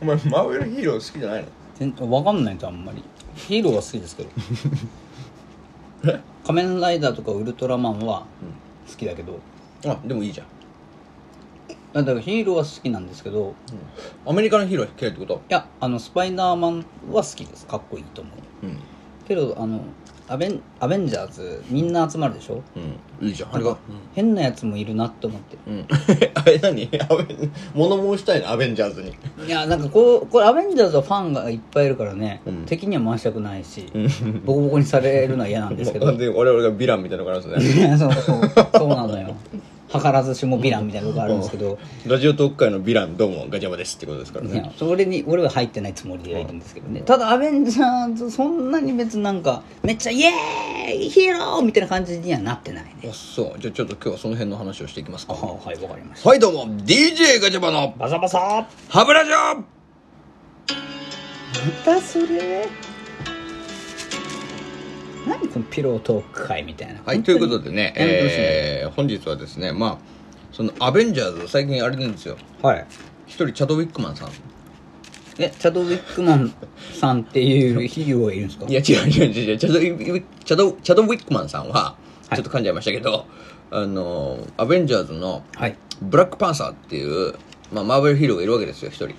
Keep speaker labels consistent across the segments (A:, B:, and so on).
A: お前マーベルヒーロー好きじゃないの
B: 全わかんないとあんまりヒーローは好きですけ ど仮面ライダーとかウルトラマンは好きだけど
A: あでもいいじゃん、
B: だからヒーローは好きなんですけど
A: アメリカのヒーロー嫌いってこと
B: いやあのスパイダーマンは好きですかっこいいと思う
A: うん
B: けどあのアベンアベンジャーズみんな集まるでしょ
A: うんいいじゃんあれが
B: 変なやつもいるなと思って
A: うん あれ何アベン物申したいのアベンジャーズに
B: いやなんかこうこれアベンジャーズはファンがいっぱいいるからね、
A: うん
B: 敵には回したくないし、ボコボコにされるのは嫌なんですけど
A: 完全に我々がヴィランみたいなのがあるんですね
B: い やそうそうそうなのよ図らずしもヴィランみたいなとこあるんですけど、
A: ラジオトーク界のヴィランどうもガチャバですってことですから
B: いや
A: ね
B: それに俺は入ってないつもりでいるんですけどね、ただアベンジャーズそんなに別になんかめっちゃイエーイヒーローみたいな感じにはなってないね
A: あそうじゃあちょっと今日はその辺の話をしていきます
B: あ
A: か
B: はいわかりまし
A: はいどうも DJ ガチャバの
B: たバサバサ
A: ハブラジオ
B: またそれ何このピロートーク会みたいな
A: はいということでね、
B: 本当に
A: えー本日はですねまあそのアベンジャーズ最近あれなんですよ
B: はい
A: 一人チャドウィックマンさん
B: えチャドウィックマンさんっていうヒーローがいるんですか
A: いや違う違う違う違うチャドウィックチャドチャドウィックマンさんは
B: はい
A: ちょっと噛んじゃいましたけど、あのアベンジャーズの
B: はい
A: ブラックパンサーっていう、まあ、マーベルヒーローがいるわけですよ一人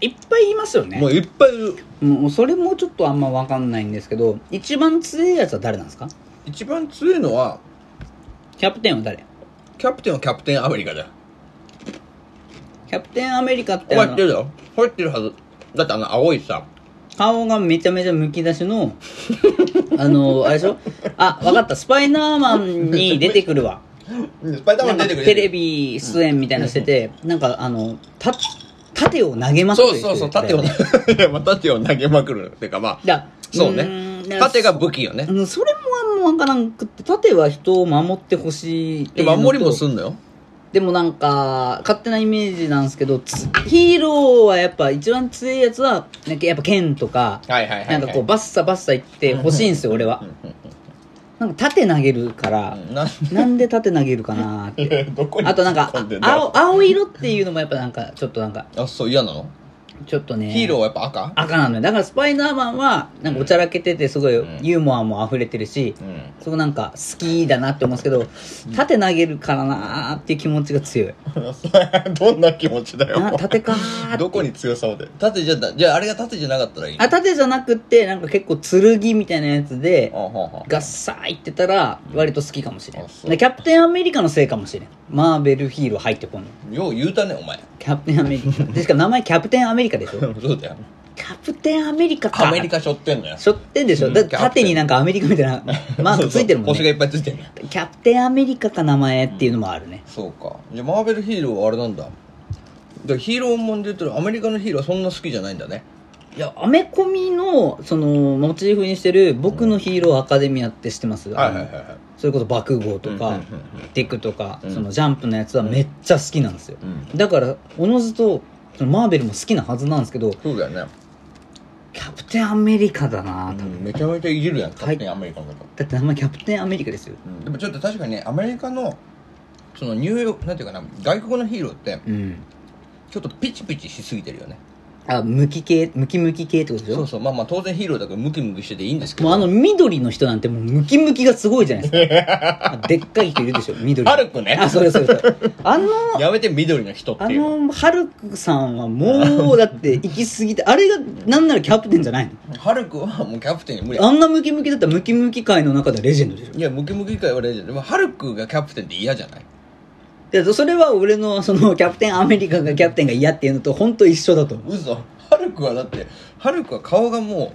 B: いっぱいいますよね
A: もういっぱいいる
B: もうそれもちょっとあんま分かんないんですけど一番強いやつは誰なんですか
A: 一番強いのは
B: キャプテンは誰
A: キャプテンはキャプテンアメリカだよ
B: キャプテンアメリカってあ
A: 入っ
B: の
A: てるよ入ってるはずだってあの青いさ
B: 顔がめちゃめちゃむき出し のあのあれでしょあ分かったスパイダーマンに出てくるわ
A: スパイダーマ
B: な
A: ン出
B: んか
A: てくる
B: テレビ出演みたいなのしてて、なんかあのた盾を投げます
A: そうそうそう盾をね いやまあ盾を投げまくるっていうかまあ
B: だ
A: そう
B: ーん
A: ね盾が武器よね
B: うんそれもあんま分からんくって盾は人を守ってほしいっ
A: で
B: ていうのと
A: 守りもすんのよ
B: でもなんか勝手なイメージなんですけどつヒーローはやっぱ一番強いやつはなんかやっぱ剣とか、
A: はいはいはいはい
B: なんかこうバッサバッサいって欲しいんですよ俺は、なんか盾投げるから、
A: な
B: なんで盾投げるかなーって
A: ど こに
B: あとなんか
A: 突っ込でだよ
B: 青青色っていうのもやっぱなんかちょっとなんか
A: あそう嫌なの
B: ちょっとね
A: ヒーローはやっぱ赤
B: 赤なのよだからスパイダーマンはなんかおちゃらけててすごいユーモアも溢れてるし、
A: うん
B: そこなんか好きだなって思うんですけど盾投げるからなーっていう気持ちが強い
A: どんな気持ちだ
B: な盾かーって
A: どこに強さをで縦じゃだじゃああれが縦じゃなかったらいい
B: あ盾じゃなくってなんか結構剣みたいなやつで
A: あはは
B: ガッサーいってたら割と好きかもしれん
A: あそう
B: でキャプテンアメリカのせいかもしれんマーベルヒーロー入ってこんの
A: よう言うたねお前
B: キャプテンアメリカでしかも名前キャプテンアメリカでしょ
A: そうだよ
B: キャプテンアメリカか
A: アメリカしょってんのや
B: しょってんでしょ、だって
A: キャプテ
B: 縦
A: ン
B: になんかアメリカみた いな マークついてるもん
A: そうそう星がい
B: ね
A: っぱいついてるの
B: キャプテンアメリカか名前っていうのもあるね、
A: そうかじゃあマーベルヒーローはあれなんだだからヒーローもんで言ったらアメリカのヒーローはそんな好きじゃないんだね
B: いやアメコミのそのモチーフにしてる「僕のヒーローアカデミア」って知ってます、
A: は
B: それこそ「爆豪」と
A: うんうん
B: か
A: うん
B: 「ディク」とか、
A: ん
B: そのジャンプのやつはめっちゃ好きなんですよ、
A: うん
B: だからおのずとそのマーベルも好きなはずなんですけど
A: そうだよね
B: キャプテンアメリカだなぁ、多分
A: めちゃめちゃいじるやん
B: い
A: 勝手にアメリカのこと
B: だって名前キャプテンアメリカですよ
A: でもちょっと確かにねアメリカのそのニューヨークなんていうかな外国のヒーローって
B: うん
A: ちょっとピチピチしすぎてるよね
B: あムキ系ムキムキ系ってことでしょ
A: そうそうまあまあ当然ヒーローだからムキムキしてていいんですけ
B: も
A: ど
B: うあの緑の人なんてもうムキムキがすごいじゃないです かあでっかい人いるでしょ緑
A: ハルクね
B: あそうですそうです あの
A: やめて緑の人って
B: あ
A: いう
B: のハルクさんはもうだって行き過ぎてあれがなんならキャプテンじゃないの
A: ハルクはもうキャプテンに無理
B: あんなムキムキだったらムキムキ界の中ではレジェンドでしょ
A: いやムキムキ界はレジェンドでもハルクがキャプテンって嫌じゃない
B: いやそれは俺のそのキャプテンアメリカがキャプテンが嫌っていうのと本当一緒だと思う
A: 嘘ハルクはだってハルクは顔がも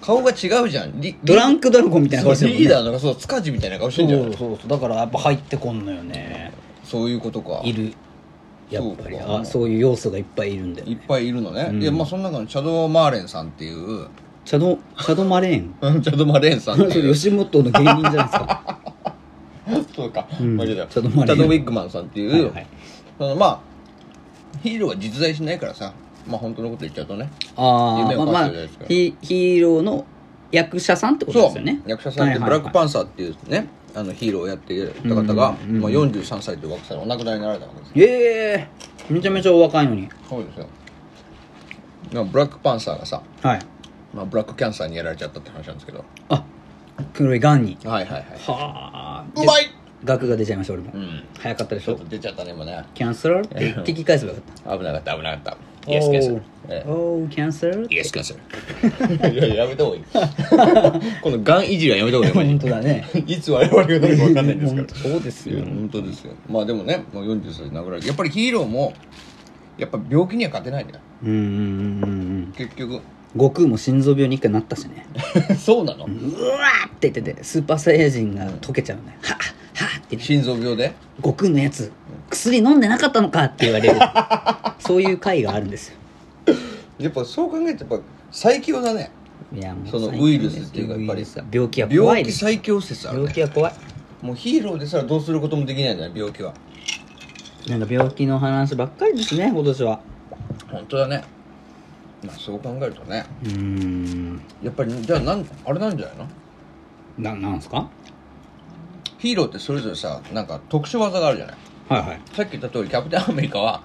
A: う顔が違うじゃんリ
B: ドランクドラゴンみ
A: リ
B: たい
A: そ
B: な顔
A: う
B: してるもん、ね、
A: リーダーのそう塚地みたいな顔してんじゃん
B: そうそうそうだからやっぱ入ってこんのよね
A: そういうことか
B: いるやっぱり
A: そうか
B: あそういう要素がいっぱいいるんだよ
A: いっぱいいるのね、
B: うん
A: でまあその中のチャド・マーレンさんっていう
B: シャドシャドマレーン
A: うんチャド・マーレンさん
B: そ
A: っ
B: れ
A: ていう
B: 吉本の芸人じゃないですか
A: そうか、
B: うん
A: 間違えた
B: チャド
A: チ
B: マーレン
A: ャド・ウィッグマンさんっていう、
B: はいはい
A: そのまあヒーローは実在しないからさまあ本当のこと言っちゃうとね
B: あ
A: 夢を
B: あまあ、
A: 語
B: まあ
A: るじゃないですか、
B: ヒヒーローの役者さんってことですよね
A: 役者さんってブラック
B: ン
A: パンサーっていうね、あのヒーローをやっていた方が、
B: うんうんうん
A: まあ、43歳という若さでお亡くなりになられたわけです
B: ええめちゃめちゃお若いのに
A: そうですよまあブラックパンサーがさ、
B: はい
A: まあ、ブラックキャンサーにやられちゃったって話なんですけど
B: あ黒いがんに
A: はいはいはい
B: はあ
A: うまい
B: 額が出ちゃいました俺も、
A: うん
B: 早かったでし
A: ちょっ
B: ょ
A: と出ちゃったね今ね
B: キャンセルって言って聞き返せばよかっ
A: 危なかった危なかったたイエスキャンセルええ
B: おーキャンセル
A: イエスキャンセルいやいややめた方がいい このガンいじりはやめた方がいいマジで
B: 本当だね
A: いつ我々がなるか分かんないですか
B: 本当そうです
A: らい
B: よ
A: や本当ですよまあでもねもう40歳で殴られてやっぱりヒーローもやっぱ病気には勝てないんだよ
B: うんうんうんうん
A: 結局
B: 悟空も心臓病に一回なったしね
A: そうなの
B: うわーって言っててスーパーサイヤ人が溶けちゃうねはっはっって言って
A: 心臓病で
B: 悟空のやつ薬飲んでなかったのかって言われるそういう回があるんですよ
A: やっぱそう考えるとやっぱ最強だね
B: いやもう
A: その
B: 最近
A: ウイルスっていうかやっぱり
B: ウイルスは病気は怖
A: 病
B: い
A: 気
B: です
A: 最強説ある
B: 病
A: ね
B: 気は怖い
A: もうヒーローですらどうすることもできないんだね病気は
B: なんか病気の話ばっかりですね今年は
A: 本当だねまあそう考えるとね
B: うーん
A: やっぱりじゃあなんあれなんじゃないの
B: ななんすか
A: ヒーローってそれぞれさなんか特殊技があるじゃない
B: はいは
A: さっき言った通りキャプテンアメリカは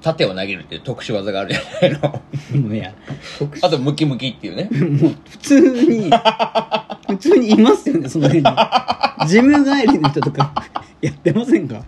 A: 盾を投げるっていう特殊技があるじゃないの
B: い もういや特殊
A: あとムキムキっていうね
B: もう普通に普通にいますよねその辺にジム帰りの人とかやってませんか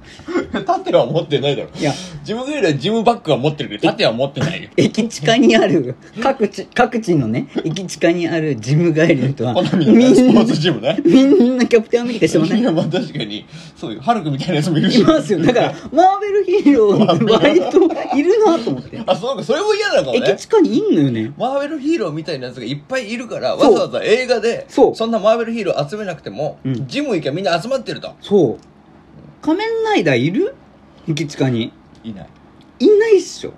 A: 盾は持ってないだろ
B: いや
A: 自分よりはジムバッグは持ってるけど盾は持ってないよ
B: 駅近にある各地各地のね駅近にあるジム帰りの人は
A: 好みの
B: み
A: ねス
B: ん
A: ポ
B: な
A: ーツジムね
B: みんなキャプテンアメリカしてませ
A: い
B: ん
A: やまあ確かにそういうハルクみたいなやつもいるし
B: いますよだからマーベルヒーロー割といるなと思って
A: あそうかそれも嫌なのかも
B: 駅
A: ね
B: 近にいんのよね
A: マーベルヒーローみたいなやつがいっぱいいるから
B: そ
A: わ
B: う
A: ざわざ映画で
B: そう
A: そんなマーベルヒーロー集めなくても、
B: うん
A: ジム行きゃみんな集まってると
B: そう仮面ライダーいる駅近に
A: いない
B: いないっしょ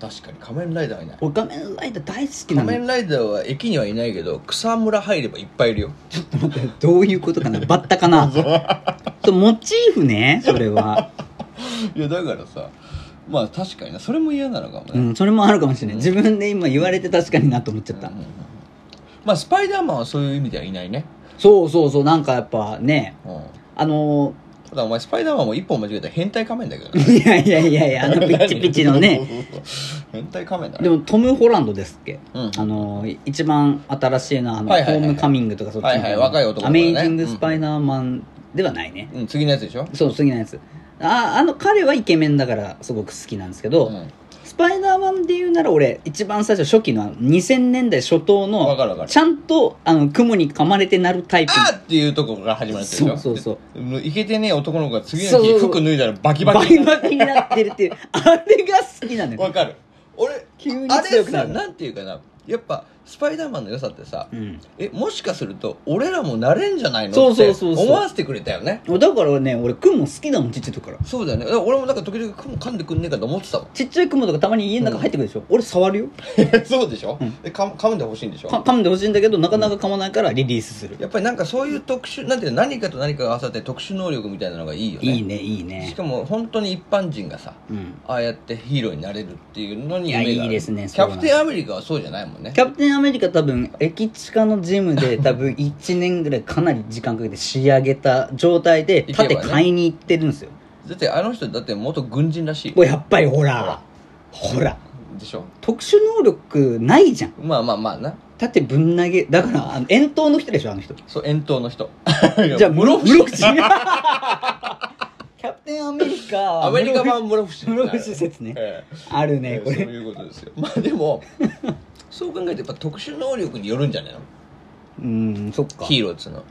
A: 確かに仮面ライダーはいない
B: 俺仮面ライダー大好きな
A: 仮面
B: の
A: ライダーは駅にはいないけど草むら入ればいっぱいいるよ
B: どういうこと かなバッタかなとモチーフねそれは、
A: いやだからさまあ確かにな それも嫌なのかもね、
B: う
A: うん
B: ん、それもあるかもしれない自分で今言われて確かになと思っちゃった、
A: まあスパイダーマンはそういう意味ではいないね、
B: そうそうそうなんかやっぱね
A: うん、
B: あの
A: ただお前スパイダーマンも一本間違えたら変態仮面だけど
B: ー
A: ね
B: いやいやいやいやあの ピッチピチのね
A: 変態仮面だ
B: で
A: ね
B: もトム・ホランドですっけ、
A: うん
B: あのー一番新しいのはあの、
A: はいはいはいはい
B: ホームカミングとかそっちの、
A: はいはい若い男の子だ
B: ア
A: ね
B: メイジング・スパイダーマンではないね、
A: うん、次のやつでしょ、
B: そう次のやつああの彼はイケメンだからすごく好きなんですけど、
A: うん、
B: スパイダーマンで言うなら俺一番最初初期の2000年代初頭
A: わかる
B: の
A: わかる
B: ちゃんとあの雲に噛まれてなるタイプ
A: あーっていうとこから始まるんですよ
B: そうそう
A: ういけてねえ男の子が次の
B: そう
A: 日
B: そう
A: 服脱いだらバキバ
B: バ
A: キ
B: キバキになってるって いうあれが好きなのよ
A: わかる俺
B: 急に
A: あれ
B: 強くな
A: さ
B: る
A: なんていうかなやっぱスパイダーマンの良さってさ、
B: うん
A: えもしかすると俺らもなれんじゃないの
B: そう
A: っ
B: そ
A: て
B: うそうそう
A: 思わせてくれたよね
B: だからね俺雲好きだもんちっちゃい時から
A: そうだよねだから俺もなんか時々雲噛んでくんねえかと思って たもん
B: ちっちゃい雲とかたまに家の中入ってくるでしょ、俺触るよ
A: そうでしょ、えか噛んでほしいんでしょ
B: か噛んでほしいんだけどなかなか噛まないからリリースする、
A: やっぱりなんかそういう特殊なんていうの何かと何かが合わさって特殊能力みたいなのがいいよね
B: いいねいい
A: し
B: ね
A: かも本当に一般人がさ
B: うん
A: ああやってヒーローになれるっていうのに
B: いや
A: 夢がある
B: いいですね
A: キ
B: そう
A: ャ
B: なん
A: プ
B: です
A: テンアメリカはそうじゃないもんね
B: キャプテンアメリカ多分駅近のジ ムで多分1年ぐらいかなり時間かけて仕上げた状態で
A: 行け
B: 盾
A: ばね
B: 買いに行ってるんですよ
A: だってあの人だって元軍人らしい
B: おやっぱりほらほら
A: でしょ
B: 特殊能力ないじゃん
A: まあまあまあな
B: 盾ぶん投げだからあの遠投の人でしょあの人
A: そう遠投の人
B: じゃあ室
A: 伏
B: 伏 キャプテンアメリカ は
A: アメリカ版室伏
B: 室伏説ね
A: ええ
B: ある
A: ええ
B: ねこ
A: そう
B: れ
A: いうことですよまあで もそう考えてやっぱ特殊能力によるんじゃないの
B: うんそっか
A: ヒーローっつうのは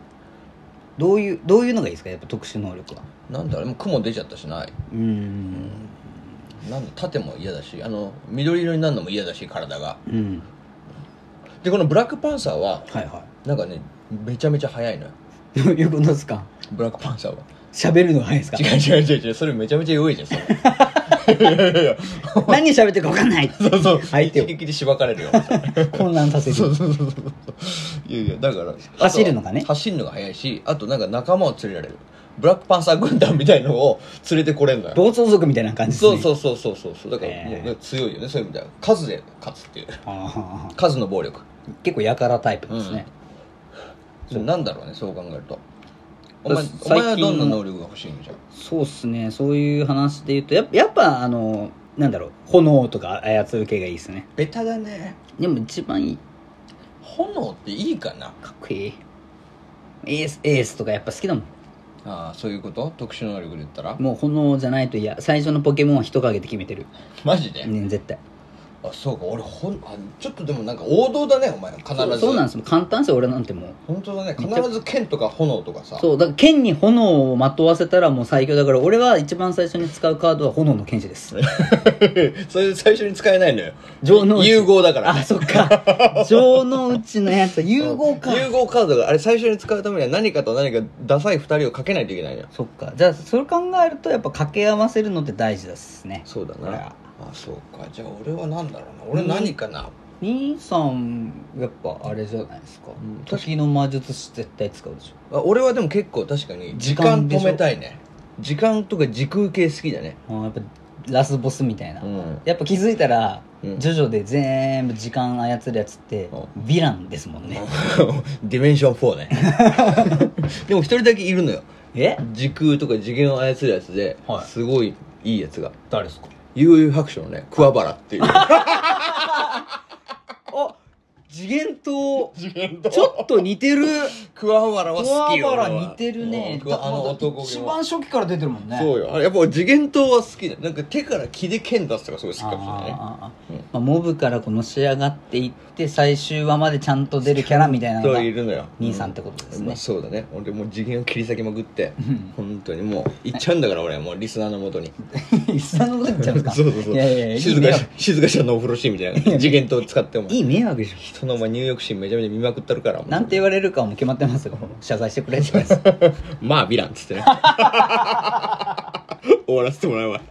B: どういうどういうのがいいですかやっぱ特殊能力は
A: なんだろうもう雲出ちゃったしない
B: うん
A: なんだ盾も嫌だしあの緑色になるのも嫌だし体が
B: うん
A: でこのブラックパンサーは
B: はいは
A: なんかねめちゃめちゃ速いのよ
B: いどういう ことですか
A: ブラックパンサーは
B: 喋るのが早いですか
A: 違う違う違う違うそれめちゃめちゃ弱いじゃんそれいやいやいや
B: 何喋ってるか分かんない
A: そうそう
B: 相手
A: 一撃でしばかれるよ
B: を混乱させ
A: そう
B: る
A: そうそうそういやいやだから
B: 走るのが
A: あ
B: ね
A: とは走るのが早いしあとなんか仲間を連れられるブラックパンサー軍団みたいのを連れてこれんのよ
B: 暴走族みたいな感じです
A: そう
B: ね
A: そううそうそうそうそうだからもう、
B: へ
A: ね、強いよねそういう意味では数で勝つっていう
B: そう
A: 数の暴力
B: 結構やからタイプですね、
A: それなんだろうねそう考えるとお
B: だ
A: 前
B: 最
A: お
B: 近
A: 前はどんな能力が欲しいんじゃん
B: そうっすねそういう話で言うとやっぱやっぱあのなんだろう炎とか操る系がいいですね
A: ベタだね
B: でも一番いい
A: 炎っていいかな
B: かっこいいエースエースとかやっぱ好きだもん
A: ああそういうこと特殊能力で言ったら
B: もう炎じゃないといや最初のポケモンは人影で決めてる、
A: マジで、
B: ね、絶対
A: あそうか俺ほんあちょっとでもなんか王道だねお前必ず
B: そうそうなん
A: ん
B: ですよ簡単ですよ俺なんてもう
A: 本当だね必ず剣とか炎とかさ
B: そうだから剣に炎をまとわせたらもう最強だから俺は一番最初に使うカードは炎の剣士で す
A: それで最初に使えないのよ
B: 城之内
A: 融合だから
B: あそっか城之内のやつは融合か、
A: 融合カードがあれ最初に使うためには何かと何かダサい2人をかけないといけないのよ
B: そっかじゃあそれ考えるとやっぱ掛け合わせるのって大事ですね
A: そうだ
B: これ
A: な
B: は
A: あそうかじゃあ俺は何だろうな俺何かな、
B: 兄さんやっぱあれじゃないですか、
A: ん
B: 時の魔術師絶対使うでしょ
A: あ俺はでも結構確かに時
B: 時間
A: 間
B: でしょ
A: 止めたいね時間とか時空系好きだね
B: あーやっぱラスボスみたい な、
A: ん
B: やっぱ気づいたら、
A: うん
B: ジョジョで全部時間操るやつって
A: う
B: ヴィランですもんね、
A: ディメンション4ね でも一人だけいるのよ
B: え
A: 時空とか次元を操るやつで、
B: はい
A: すごいいいやつが
B: 誰ですか
A: 悠々白書のね 桑原っていう
B: あ次元と
A: 次元
B: ちょっと似てる
A: 桑原は好きよ
B: 桑原
A: 俺は
B: 似てるね
A: うん桑あの男が
B: 一番初期から出てるもんね
A: そうよあれやっぱ次元刀は好きだなんか手から木で剣出すとかすごい好き
B: あ
A: かもしれないね
B: あああまあ、モブからこうのし上がっていって最終話までちゃんと出るキャラみたいなの
A: 人
B: が
A: いるのよ
B: 兄さんってことです
A: まあ
B: ね、
A: そうだね俺もう次元を切り裂きまくって本当にもう行っちゃうんだ から俺はもうリスナーのもとに
B: 一さんのこと言っちゃうんです か
A: そうそうそう
B: やいやいやいい
A: 静か
B: 迷
A: し静かしのお風呂シーンみたいな次元刀使ってお
B: 惑い
A: 前
B: い迷惑でしょ
A: 人のお前入浴シーンめちゃめちゃ見まくったるからお前
B: なんて言われるかはもう決まってますよ謝罪してくれって言われて
A: まあヴィランっつってね終わらせてもらうわ